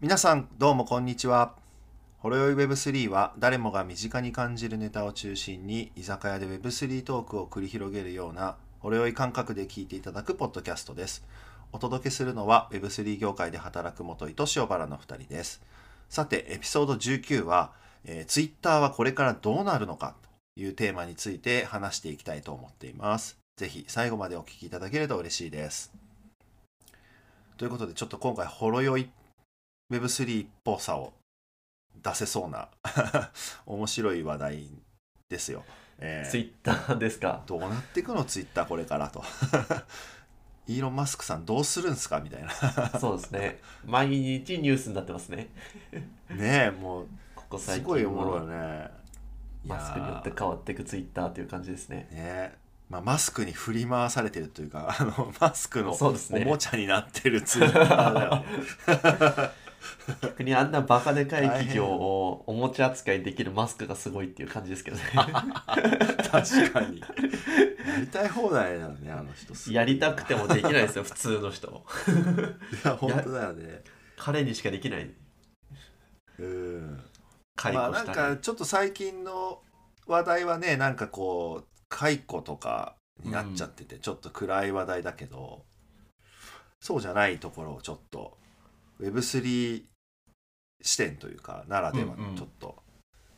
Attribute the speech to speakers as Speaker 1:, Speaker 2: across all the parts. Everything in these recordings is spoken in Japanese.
Speaker 1: 皆さんどうもこんにちはほろよい Web3 は誰もが身近に感じるネタを中心に居酒屋で Web3 トークを繰り広げるようなほろよい感覚で聞いていただくポッドキャストですお届けするのは Web3 業界で働く元井と塩原の2人ですさてエピソード19は、えー、Twitter はこれからどうなるのかというテーマについて話していきたいと思っていますぜひ最後までお聞きいただけると嬉しいですということでちょっと今回ほろ酔い Web3 っぽさを出せそうな 面白い話題ですよ。えー
Speaker 2: ツイッターで すか
Speaker 1: どうなっていくのツイッターこれからと。 イーロン・マスクさんどうするんすかみたい な。
Speaker 2: そうですね毎日ニュースになってますね
Speaker 1: ねえも
Speaker 2: ここ
Speaker 1: うす
Speaker 2: 最
Speaker 1: ごい
Speaker 2: 近
Speaker 1: おもろいよ
Speaker 2: は
Speaker 1: ね。いや
Speaker 2: マスクによって
Speaker 1: ー
Speaker 2: 変わっていくツイッターという感じですね
Speaker 1: ねまあ、マスクに振り回されてるというかあのマスクの
Speaker 2: そうです
Speaker 1: お
Speaker 2: ね
Speaker 1: もちゃになってるツイッターだよね。
Speaker 2: 逆にあんなバカでかい企業をおもちゃ扱いできるマスクがすごいっていう感じで すけどね
Speaker 1: 確かに。やりたい放題だよねあの人すごいな
Speaker 2: やりたくてもできないですよ普通の人
Speaker 1: いや本当だよね。
Speaker 2: 彼にしかできない
Speaker 1: うん
Speaker 2: 解
Speaker 1: まあ
Speaker 2: 雇
Speaker 1: な
Speaker 2: し
Speaker 1: ん
Speaker 2: たり、
Speaker 1: かちょっと最近の話題はねなんかこう解雇とかになっちゃってて、ちょっと暗い話題だけどそうじゃないところをちょっと Web3 視点というかならでは
Speaker 2: うんう
Speaker 1: の
Speaker 2: ん
Speaker 1: ちょっと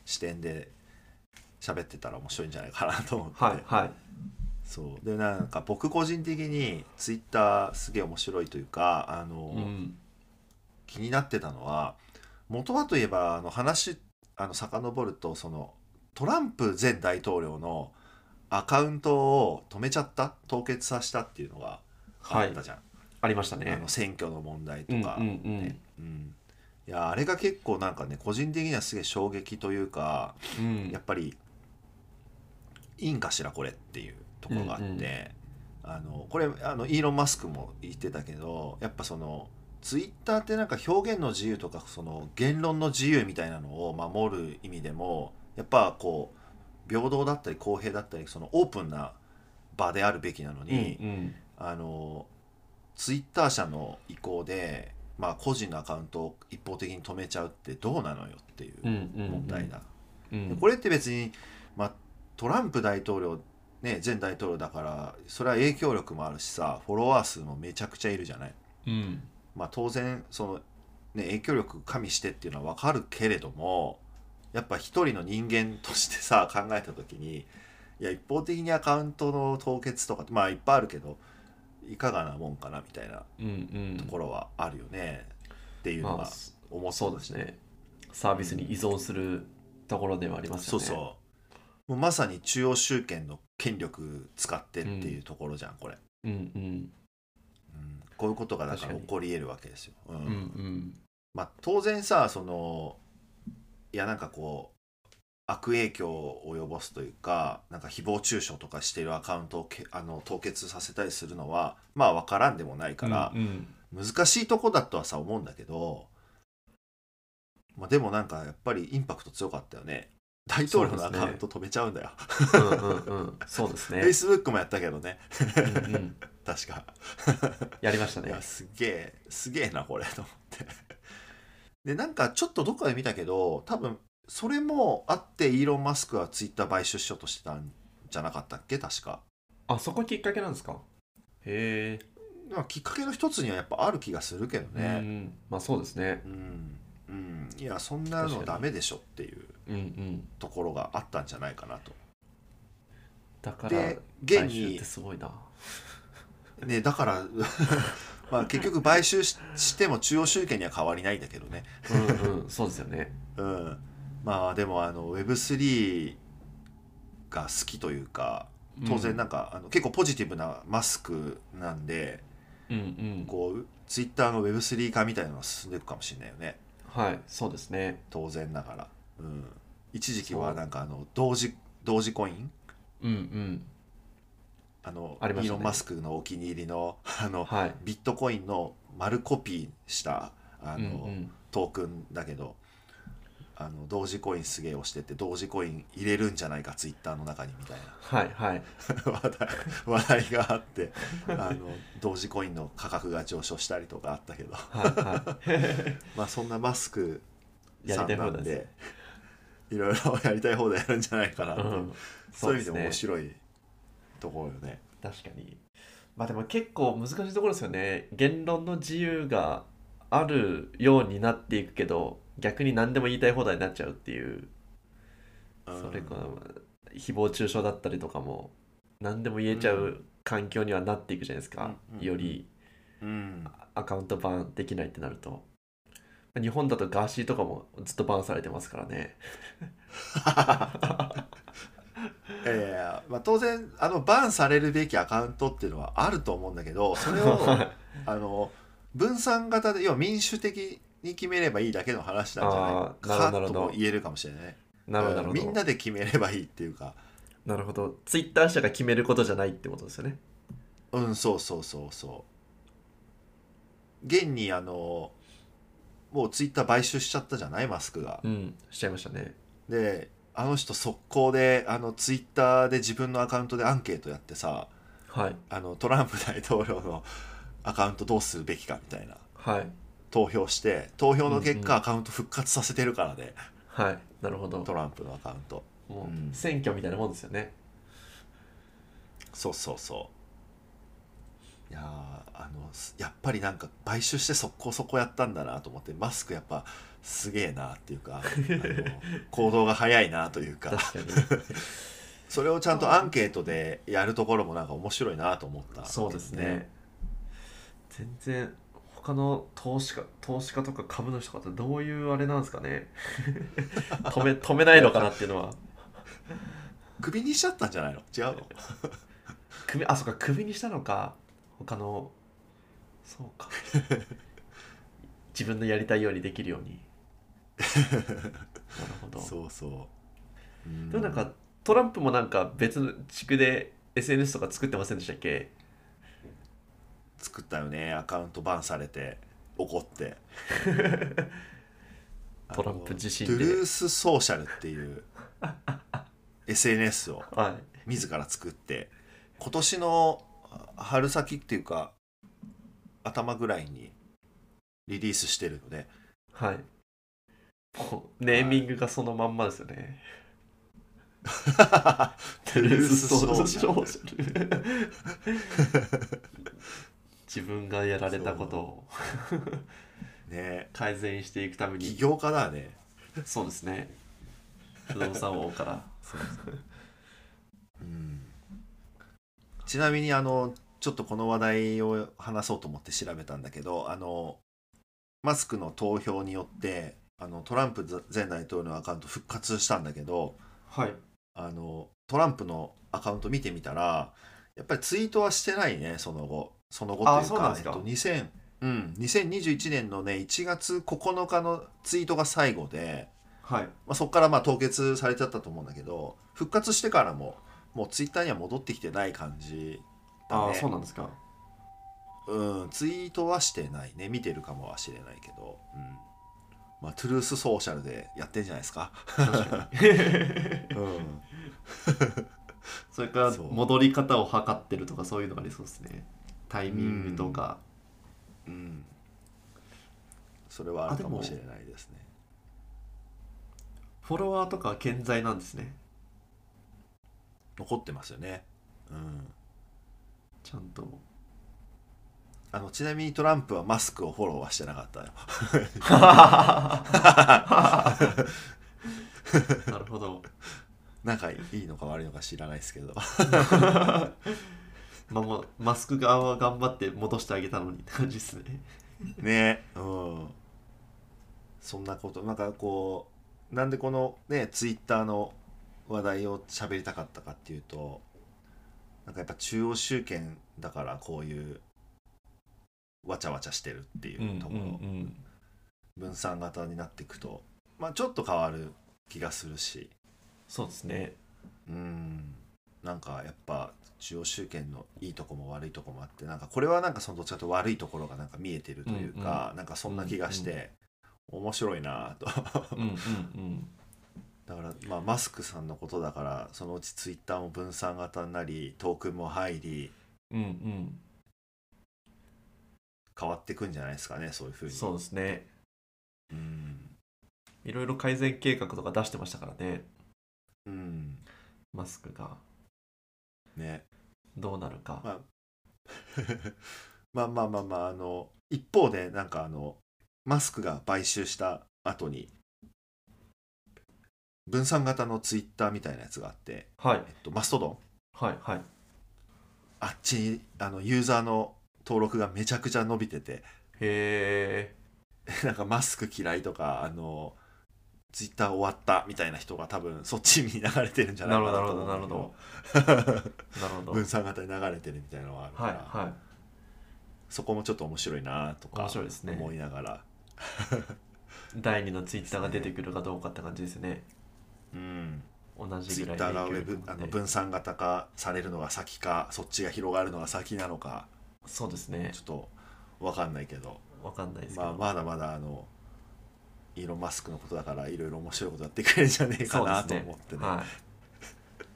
Speaker 1: 視点で喋ってたら面白いんじゃないかなと思って、
Speaker 2: はいはい
Speaker 1: そうでなんか僕個人的に Twitter すげえ面白いというかあの、
Speaker 2: うん
Speaker 1: 気になってたのは元はといえばあの話あの遡るとそのトランプ前大統領のアカウントを止めちゃった凍結させたっていうのがあ
Speaker 2: は
Speaker 1: っ
Speaker 2: い
Speaker 1: たじゃん、
Speaker 2: ありました
Speaker 1: あ
Speaker 2: ね
Speaker 1: の選挙の問題と
Speaker 2: うんうん
Speaker 1: か。
Speaker 2: うん
Speaker 1: うんいやあれが結構なんかね個人的にはすげえ衝撃というか
Speaker 2: うん
Speaker 1: やっぱりいいんかしらこれっていうところがあって、
Speaker 2: うんうん
Speaker 1: あのこれあのイーロン・マスクも言ってたけどやっぱそのツイッターってなんか表現の自由とかその言論の自由みたいなのを守る意味でもやっぱこう平等だったり公平だったりそのオープンな場であるべきなの
Speaker 2: うんう
Speaker 1: に、
Speaker 2: ん
Speaker 1: あのツイッター社の意向で、まあ、個人のアカウントを一方的に止めちゃうってどうなのよっていううん
Speaker 2: うんうん
Speaker 1: 問題だ。
Speaker 2: うん
Speaker 1: これって別に、まあ、トランプ大統領、ね、前大統領だからそれは影響力もあるしさフォロワー数もめちゃくちゃいるじゃない、
Speaker 2: うん
Speaker 1: まあ、当然その、ね、影響力加味してっていうのは分かるけれどもやっぱ一人の人間としてさ 考えた時にいや一方的にアカウントの凍結とかまあいっぱいあるけどいかがなもんかなみたいな
Speaker 2: うんうん
Speaker 1: ところはあるよね、っていうの
Speaker 2: ま
Speaker 1: が
Speaker 2: あ
Speaker 1: 重そ
Speaker 2: そうう
Speaker 1: だ
Speaker 2: ですね。サービスに依存するところではあります
Speaker 1: そ
Speaker 2: よ
Speaker 1: う
Speaker 2: ね。
Speaker 1: そうもうまさに中央集権の権力使ってっていうところじゃん、これ、
Speaker 2: う。うんうん
Speaker 1: うん、こういうことがだから
Speaker 2: 確か
Speaker 1: 起
Speaker 2: に
Speaker 1: こり得るわけですよ、うん
Speaker 2: うんうん
Speaker 1: まあ、当然さそのいやなんかこう悪影響を及ぼすというかなんか誹謗中傷とかしてるアカウントをけあの凍結させたりするのはまあ分からんでもないから、
Speaker 2: うんうん
Speaker 1: 難しいとこだとはさ思うんだけど、まあ、でもなんかやっぱりインパクト強かったよね大統領のアカウント止めちゃうんだよ、
Speaker 2: うんうんうんそうですね。
Speaker 1: Facebook もやったけどね
Speaker 2: うんうん
Speaker 1: 確か
Speaker 2: やりました
Speaker 1: い
Speaker 2: ね
Speaker 1: や。すげえすげえなこれと思って でなんかちょっとどっかで見たけど多分それもあってイーロン・マスクは Twitter 買収しようとしてたんじゃなかったっけ確か
Speaker 2: あそこきっかけなんですか。へ
Speaker 1: まあきっかけの一つにはやっぱある気がするけど
Speaker 2: え。うんう
Speaker 1: ね
Speaker 2: んまあそうですね。
Speaker 1: うん、うん、いやそんなの
Speaker 2: 確か
Speaker 1: ダ
Speaker 2: に
Speaker 1: メでしょっていう
Speaker 2: うんうん。
Speaker 1: ところがあったんじゃないかなと。
Speaker 2: だから
Speaker 1: で現
Speaker 2: 買収っ
Speaker 1: に
Speaker 2: て、すごいな。
Speaker 1: ね、だから まあ結局買収し しても中央集権には変わりないんだけどね、
Speaker 2: うんうんそうですよね。
Speaker 1: うん、まあでもあの Web3 が好きというか 当然なんか、あの結構ポジティブなマスクなんで
Speaker 2: うんうん
Speaker 1: こう Twitter の Web3 化みたいなのが進んでいくかもしれないよね
Speaker 2: はいそうですね。
Speaker 1: 当然ながら、うん、一時期はなんかあの同時同時コイン
Speaker 2: うんうん
Speaker 1: あの
Speaker 2: ありまし
Speaker 1: イー
Speaker 2: たね
Speaker 1: ロン・マスクのお気に入りのあの
Speaker 2: はい。
Speaker 1: ビットコインの丸コピーしたあ
Speaker 2: うんう
Speaker 1: の、
Speaker 2: ん
Speaker 1: トークンだけどあの同時コインすげえ押してって同時コイン入れるんじゃないかツイッターの中にみたいな
Speaker 2: はいはい
Speaker 1: 話題話題があってあの同時コインの価格が上昇したりとかあったけど
Speaker 2: はいはい
Speaker 1: まあそんなマスク
Speaker 2: や
Speaker 1: さ
Speaker 2: り
Speaker 1: ん
Speaker 2: た
Speaker 1: な
Speaker 2: い放
Speaker 1: ん
Speaker 2: 題
Speaker 1: で
Speaker 2: で
Speaker 1: いろいろやりたい放題やるんじゃないかな っていう、
Speaker 2: うん
Speaker 1: そういう意味
Speaker 2: です
Speaker 1: でも面白いところよね。
Speaker 2: 確かにまあでも結構難しいところですよね言論の自由があるようになっていくけど逆に何でも言いたい放題になっちゃうっていう
Speaker 1: うん
Speaker 2: それか誹謗中傷だったりとかも何でも言えちゃう環境にはなっていくじゃないですか、
Speaker 1: うんうん
Speaker 2: より
Speaker 1: うん、
Speaker 2: アカウントバンできないってなると日本だとガーシーとかもずっとバンされてますからね
Speaker 1: いやいやいやまあ、当然あのバンされるべきアカウントっていうのはあると思うんだけ どそれを
Speaker 2: はい
Speaker 1: あの分散型で要は民主的に決めればいいだけの話なんじゃ
Speaker 2: あーな
Speaker 1: ないかと
Speaker 2: るほどなる
Speaker 1: も
Speaker 2: ほど
Speaker 1: 言えるかもしれないね。
Speaker 2: なるほどなる
Speaker 1: う
Speaker 2: ほ
Speaker 1: んみん
Speaker 2: ど
Speaker 1: なで決めればいいっていうか
Speaker 2: なるほどツイッター社が決めることじゃないってことですよね
Speaker 1: うんそうそうそうそう現にあのもうツイッター買収しちゃったじゃないマスクが。
Speaker 2: うんしちゃいましたね
Speaker 1: であの人速攻であのツイッターで自分のアカウントでアンケートやってさ
Speaker 2: はい
Speaker 1: あのトランプ大統領のアカウントどうするべきかみたいな
Speaker 2: はい
Speaker 1: 投票して投票の結
Speaker 2: うんう
Speaker 1: 果アカウント復活させてるからね、
Speaker 2: はいなるほど
Speaker 1: トランプのアカウント
Speaker 2: も
Speaker 1: うん
Speaker 2: う選挙みたいなもんですよね
Speaker 1: そうそうそういやーあのすやっぱりなんか買収して速攻そこやったんだなと思ってマスクやっぱすげえなっていうかあの 行動が早いなというか
Speaker 2: 確か に
Speaker 1: それをちゃんとアンケートでやるところもなんか面白いなと思った、
Speaker 2: そうですね全然他の投資家投資家とか株主とかってどういうあれなんですかね 止 め止めないのかなっていうのは
Speaker 1: クビにしちゃったんじゃないの違うの
Speaker 2: 首あそうか首にしたのか他のそう か自分のやりたいようにできるようになるほ ど
Speaker 1: そうそう、うん
Speaker 2: でもなんかトランプもなんか別の地区で SNS とか作ってませんでしたっけ
Speaker 1: 作ったよねアカウントバンされて怒って
Speaker 2: トランプ自身
Speaker 1: あの
Speaker 2: で
Speaker 1: トゥルースソーシャルっていう SNS を
Speaker 2: はい
Speaker 1: 自ら作って今年のあ春先っていうか頭ぐらいにリリースしてるの で
Speaker 2: はい。もうネーミングがそのまんまですよね。
Speaker 1: トゥルースソーシャル
Speaker 2: ル。 自分がやられたことを
Speaker 1: ね
Speaker 2: 改善していくため
Speaker 1: 起
Speaker 2: に、
Speaker 1: 業家だね
Speaker 2: そうですね。不動産王から。
Speaker 1: うんちなみにあのちょっとこの話題を話そうと思って調べたんだけどあのマスクの投票によってあのトランプ前大統領のアカウント復活したんだけど
Speaker 2: はい。
Speaker 1: あのトランプのアカウント見てみたらやっぱりツイートはしてないねその後その後
Speaker 2: あ
Speaker 1: という
Speaker 2: そうなん
Speaker 1: か
Speaker 2: ですか
Speaker 1: えっと、2000うん、2021年のね1月9日のツイートが最後で、
Speaker 2: はい。
Speaker 1: まあ、そこからまあ凍結されちゃったと思うんだけど復活してからももうツイッターには戻ってきてない感じだ
Speaker 2: あ
Speaker 1: ね
Speaker 2: あ、そうなんですか。
Speaker 1: うん、ツイートはしてないね見てるかもはしれないけど、うんまあ、トゥルースソーシャルでやってんじゃないですか、
Speaker 2: 確かに
Speaker 1: うん、
Speaker 2: それから
Speaker 1: そう
Speaker 2: 戻り方を測ってるとかそういうのがありそうですね。タイミングとか。
Speaker 1: うん、それはあ
Speaker 2: あ
Speaker 1: る
Speaker 2: で
Speaker 1: か
Speaker 2: も
Speaker 1: もしれないですね
Speaker 2: フォロワーとかは健在なんですね。
Speaker 1: 残ってますよね、うん、
Speaker 2: ちゃんと。
Speaker 1: あのちなみにトランプはマスクをフォローはしてなかったよ
Speaker 2: なるほど。
Speaker 1: 仲いいのか悪いのか知らないですけど
Speaker 2: まあ、もうマスク側は頑張って戻してあげたのにって感じですね。
Speaker 1: ねうんそんなことなんかこうなんでこのねツイッターの話題を喋りたかったかっていうとなんかやっぱ中央集権だからこういうわちゃわちゃしてるっていうところ、分散型になっていくと、まあ、ちょっと変わる気がするし
Speaker 2: そうですね。
Speaker 1: うんなんかやっぱ中央集権のいいとこも悪いとこもあってなんかこれはなんかそのどっちかというと悪いところがなんか見えてるというか、なんかそんな気がして、面白いなぁと
Speaker 2: うんうんうん
Speaker 1: だから、まあ、マスクさんのことだからそのうちツイッターも分散型になりトークンも入り
Speaker 2: うんうん
Speaker 1: 変わってくんじゃないですかねそういうふうに
Speaker 2: そうですね
Speaker 1: うん
Speaker 2: いろいろ改善計画とか出してましたからね
Speaker 1: うん
Speaker 2: マスクが
Speaker 1: ね
Speaker 2: どうなるか、
Speaker 1: まあ まあまあまあまああの一方でなんかあのマスクが買収した後に分散型のツイッターみたいなやつがあって、
Speaker 2: はい
Speaker 1: えっと、マストドン
Speaker 2: はいはい
Speaker 1: あっちにあのユーザーの登録がめちゃくちゃ伸びてて
Speaker 2: へえ
Speaker 1: なんかマスク嫌いとかあのツイッター終わったみたいな人が多分そっちに流れてるんじゃない
Speaker 2: なる
Speaker 1: か
Speaker 2: ほど
Speaker 1: な
Speaker 2: な
Speaker 1: と
Speaker 2: るほ
Speaker 1: 思
Speaker 2: ど
Speaker 1: う
Speaker 2: なるほど
Speaker 1: んだ けど
Speaker 2: なるほど
Speaker 1: 分散型に流れてるみたいなのはあるから、
Speaker 2: はいは
Speaker 1: そこもちょっと面白いなと
Speaker 2: い面
Speaker 1: か
Speaker 2: 白いですね
Speaker 1: 思いながら、
Speaker 2: 第二のツイッターが出てくるかどうかって感じですね
Speaker 1: うん、
Speaker 2: 同
Speaker 1: ツ
Speaker 2: じ
Speaker 1: イッ
Speaker 2: ぐらい
Speaker 1: ターがウ
Speaker 2: 影響
Speaker 1: ェブ
Speaker 2: 力持って
Speaker 1: あの分散型化されるのが先かそっちが広がるのが先なのか
Speaker 2: そうですね
Speaker 1: ちょっと分かんないけど、
Speaker 2: わかんないですけ
Speaker 1: まあ、
Speaker 2: ど、
Speaker 1: まだまだあのイーロン・マスクのことだからいろいろ面白いことやってくれるんじゃねえかなと
Speaker 2: そうです
Speaker 1: 思ってね
Speaker 2: はい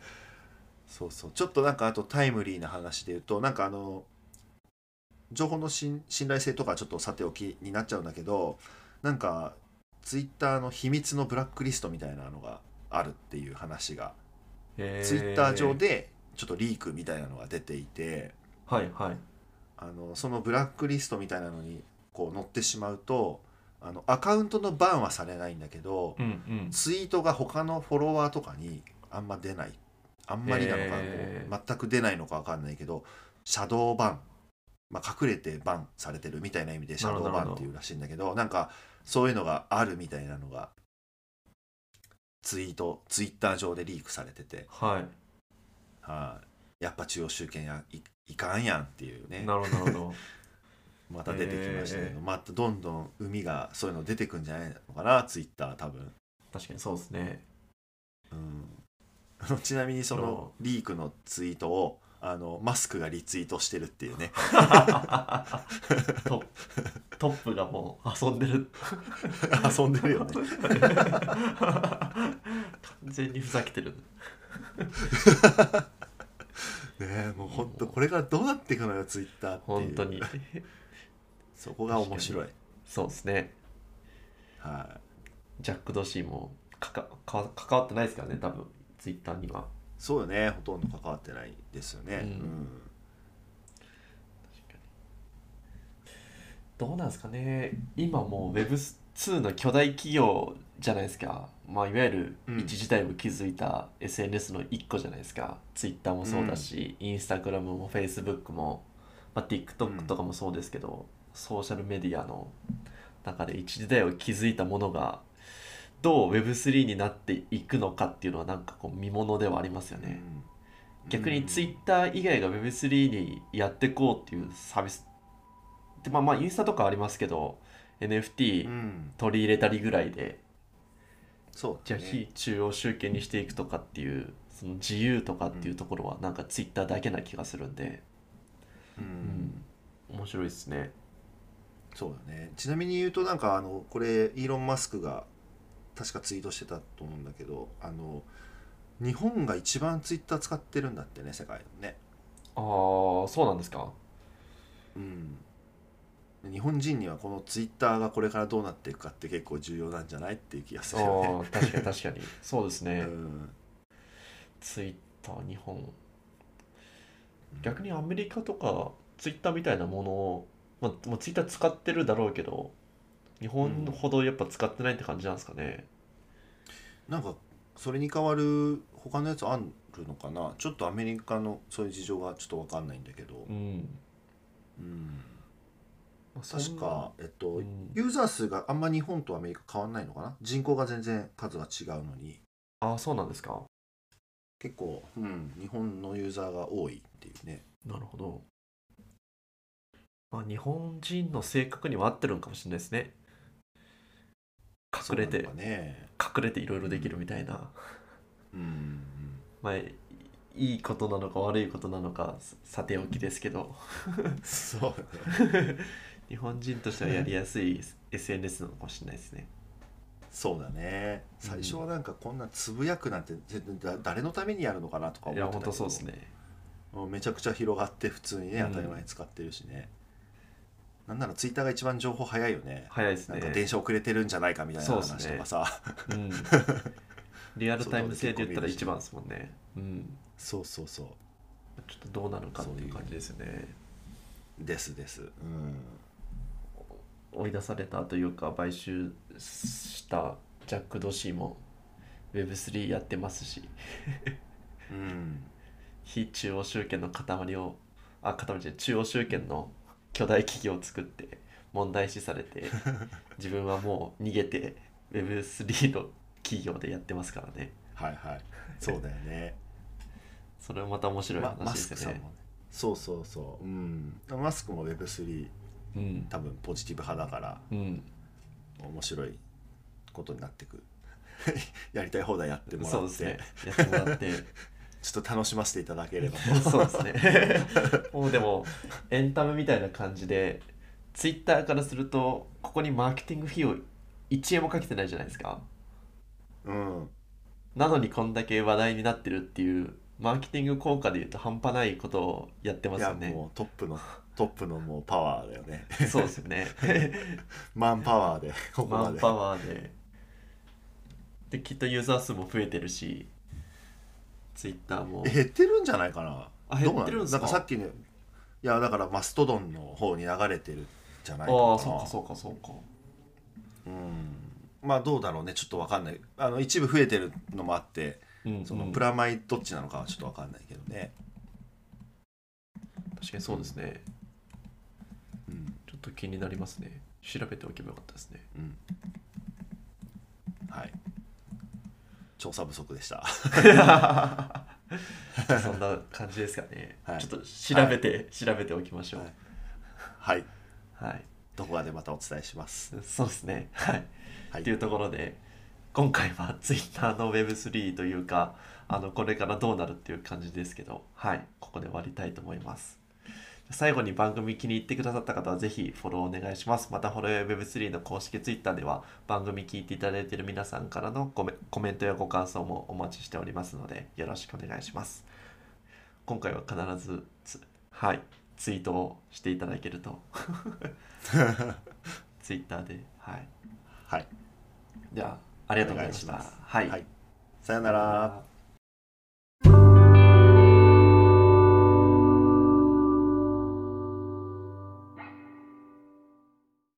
Speaker 1: そうそうちょっとなんかあとタイムリーな話で言うとなんかあの情報の信信頼性とかはちょっとさておきになっちゃうんだけどなんかツイッターの秘密のブラックリストみたいなのがあるっていう話が
Speaker 2: へ
Speaker 1: ツイッター上でちょっとリークみたいなのが出ていて
Speaker 2: はいはい
Speaker 1: あのそのブラックリストみたいなのにこう載ってしまうとあのアカウントのバンはされないんだけど
Speaker 2: うんうん
Speaker 1: ツイートが他のフォロワーとかにあんま出ないあんまりなのか、
Speaker 2: へー
Speaker 1: こう全く出ないのか分かんないけどシャドーバン、まあ、隠れてバンされてるみたいな意味でシャドー
Speaker 2: な
Speaker 1: バ
Speaker 2: る
Speaker 1: ン
Speaker 2: ほど
Speaker 1: っていうらしいんだけどなんかそういうのがあるみたいなのがツイートツイッター上でリークされてて。
Speaker 2: はい
Speaker 1: はい、やっぱ中央集権やいいかんやんっていうね
Speaker 2: なるほどなるほ ど
Speaker 1: また出てきましたけど、
Speaker 2: へー
Speaker 1: またどんどん海がそういうの出てくんじゃないのかなツイッター多分、
Speaker 2: 確かにそうですね
Speaker 1: うん、ちなみにそのリークのツイートをあのマスクがリツイートしてるっていう ね
Speaker 2: トトップがもう遊んでる
Speaker 1: 遊んでるよね
Speaker 2: 完全にふざけてる
Speaker 1: ねえもうほんとこれからどうなっていくのよツイッターっていう
Speaker 2: 本当に
Speaker 1: そこが面白い、
Speaker 2: そうですね
Speaker 1: はい、
Speaker 2: ジャック・ドシーもかかか関わってないですからね多分ツイッターには
Speaker 1: そうよねほとんど関わってないですよね、
Speaker 2: うん
Speaker 1: うん
Speaker 2: どうなんですかね今もう Web2 の巨大企業じゃないですか、まあ、いわゆる
Speaker 1: うん
Speaker 2: 一時代を築いた SNS の一個じゃないですか、Twitter もそうだし、Instagram も Facebook も、まあ、TikTok とかもそうですけど、ソーシャルメディアの中で一時代を築いたものがどう Web3 になっていくのかっていうのはなんかこう見ものではありますよね。
Speaker 1: うん
Speaker 2: 逆
Speaker 1: う
Speaker 2: に
Speaker 1: ん
Speaker 2: Twitter 以外が Web3 にやってこうっていうサービスでまあまあインスタとかありますけど
Speaker 1: う
Speaker 2: NFT
Speaker 1: ん
Speaker 2: 取り入れたりぐらいで
Speaker 1: そう
Speaker 2: じゃ
Speaker 1: だ
Speaker 2: あ
Speaker 1: ね
Speaker 2: 非中央集権にしていくとかっていうその自由とかっていうところはなんか Twitter だけな気がするんで、
Speaker 1: う
Speaker 2: うんん、面白いですね
Speaker 1: そうだねちなみに言うとなんかあのこれイーロン・マスクが確かツイートしてたと思うんだけどあの日本が一番ツイッター使ってるんだってね世界のね
Speaker 2: ああそうなんですか
Speaker 1: うん日本人にはこのツイッターがこれからどうなっていくかって結構重要なんじゃないっていう気がす
Speaker 2: あ
Speaker 1: るよね
Speaker 2: ー確かに確かにそうです
Speaker 1: う
Speaker 2: ね
Speaker 1: ん
Speaker 2: Twitter 日本逆にアメリカとかツイッターみたいなものを、まあ、もうツイッター使ってるだろうけど日本ほどやっぱ使ってないって感じなんですかね、
Speaker 1: なんかそれに代わる他のやつあるのかなちょっとアメリカのそういう事情がちょっと分かんないんだけど、
Speaker 2: ん
Speaker 1: うん、
Speaker 2: まあそんな
Speaker 1: 確かえっと、
Speaker 2: うん、
Speaker 1: ユーザー数があんま日本とアメリカ変わんないのかな人口が全然数が違うのに
Speaker 2: ああそうなんですか
Speaker 1: 結構、うん、日本のユーザーが多いっていうね
Speaker 2: なるほど、まあ、日本人の性格には合ってるのかもしれないですね隠れて、
Speaker 1: そうなのかね
Speaker 2: 隠れていろいろできるみたいな、
Speaker 1: うん
Speaker 2: まあいいことなのか悪いことなのかささておきですけど
Speaker 1: うんそうね
Speaker 2: 日本人としてはやりやすい SNS なのかもしれないですね。
Speaker 1: そうだね最初はなんかこんなつぶやくなんて全然だ誰のためにやるのかなとか
Speaker 2: い
Speaker 1: 思
Speaker 2: や
Speaker 1: って
Speaker 2: 本
Speaker 1: た
Speaker 2: 当
Speaker 1: け
Speaker 2: そう
Speaker 1: ど
Speaker 2: ですね。
Speaker 1: うんめちゃくちゃ広がって普通にね
Speaker 2: うん
Speaker 1: 当たり前に使ってるしね、なんならツイッターが一番情報早いよね
Speaker 2: 早いです
Speaker 1: なん
Speaker 2: ね。
Speaker 1: か電車遅れてるんじゃないかみたいな
Speaker 2: そうっすね
Speaker 1: 話とかさ
Speaker 2: うん、リアルタイム性で言ったら一番ですもんね。うん、
Speaker 1: そう,、 そうそう
Speaker 2: ちょっとどうなるかっていう感じですよね。
Speaker 1: ですですうん
Speaker 2: 追い出されたというか買収したジャック・ドシーも Web3 やってますし
Speaker 1: うん
Speaker 2: 非中央集権の塊をあ塊じゃない中央集権の巨大企業を作って問題視され て自分はもう逃げて Web3 の企業でやってますからね
Speaker 1: はいはいそうだよ ね
Speaker 2: それはまた面白い
Speaker 1: まマ
Speaker 2: 話
Speaker 1: ス
Speaker 2: で
Speaker 1: ク
Speaker 2: す
Speaker 1: さ
Speaker 2: よ
Speaker 1: ん
Speaker 2: ね
Speaker 1: も、ねそうそうそううんマスクも Web3
Speaker 2: うん
Speaker 1: 多分ポジティブ派だから
Speaker 2: うん
Speaker 1: 面白いことになってく やりたい放題やってもら
Speaker 2: そう
Speaker 1: っ
Speaker 2: で
Speaker 1: て、
Speaker 2: すねやっても らって
Speaker 1: ちょっと楽しませていただければ と
Speaker 2: そうですねもうでもエンタメみたいな感じでツイッターからするとここにマーケティング費用1円もかけてないじゃないですか
Speaker 1: うん
Speaker 2: なのにこんだけ話題になってるっていうマーケティング効果でいうと半端ないことをやってま
Speaker 1: い
Speaker 2: すよ
Speaker 1: や
Speaker 2: ね
Speaker 1: もうトップのトップのもうパワーだよね
Speaker 2: そうですよね
Speaker 1: マンパワー で ここ
Speaker 2: マ
Speaker 1: ま
Speaker 2: ン
Speaker 1: で
Speaker 2: パワーでできっとユーザー数も増えてるしツイッターも
Speaker 1: え減ってるんじゃないかな
Speaker 2: あ減って
Speaker 1: どうな
Speaker 2: るんですか
Speaker 1: なんかさっきねいやだからマストドンの方に流れてるんじゃないかな
Speaker 2: ああそうかそうかそうか
Speaker 1: うんまあどうだろうねちょっとわかんないあの一部増えてるのもあって
Speaker 2: うん
Speaker 1: その
Speaker 2: うん
Speaker 1: プラマイどっちなのかはちょっとわかんないけどね、
Speaker 2: 確かにそうですね
Speaker 1: うん、
Speaker 2: ちょっと気になりますね調べておけばよかっ たですね
Speaker 1: うんはい調査不足でした
Speaker 2: そんな感じですかね、
Speaker 1: はい
Speaker 2: ちょっと調べて、調べておきましょう
Speaker 1: はいはい
Speaker 2: はい、
Speaker 1: どこかでまたお伝えします
Speaker 2: そうですねはい、
Speaker 1: はい
Speaker 2: っていうところで今回は Twitter の Web3 というかあのこれからどうなるっていう感じですけどはいここで終わりたいと思います最後に番組気に入ってくださった方はぜひフォローお願いします。また、ホロヨイ Web3 の公式 Twitter では番組聞いていただいている皆さんからのコメコメントやご感想もお待ちしておりますのでよろしくお願いします。今回は必ずつ、はい、ツイートをしていただけると Twitter で、はい。
Speaker 1: はい
Speaker 2: ではありがとうございました。
Speaker 1: お願いします
Speaker 2: はい。
Speaker 1: はい、さよなら。
Speaker 2: ら。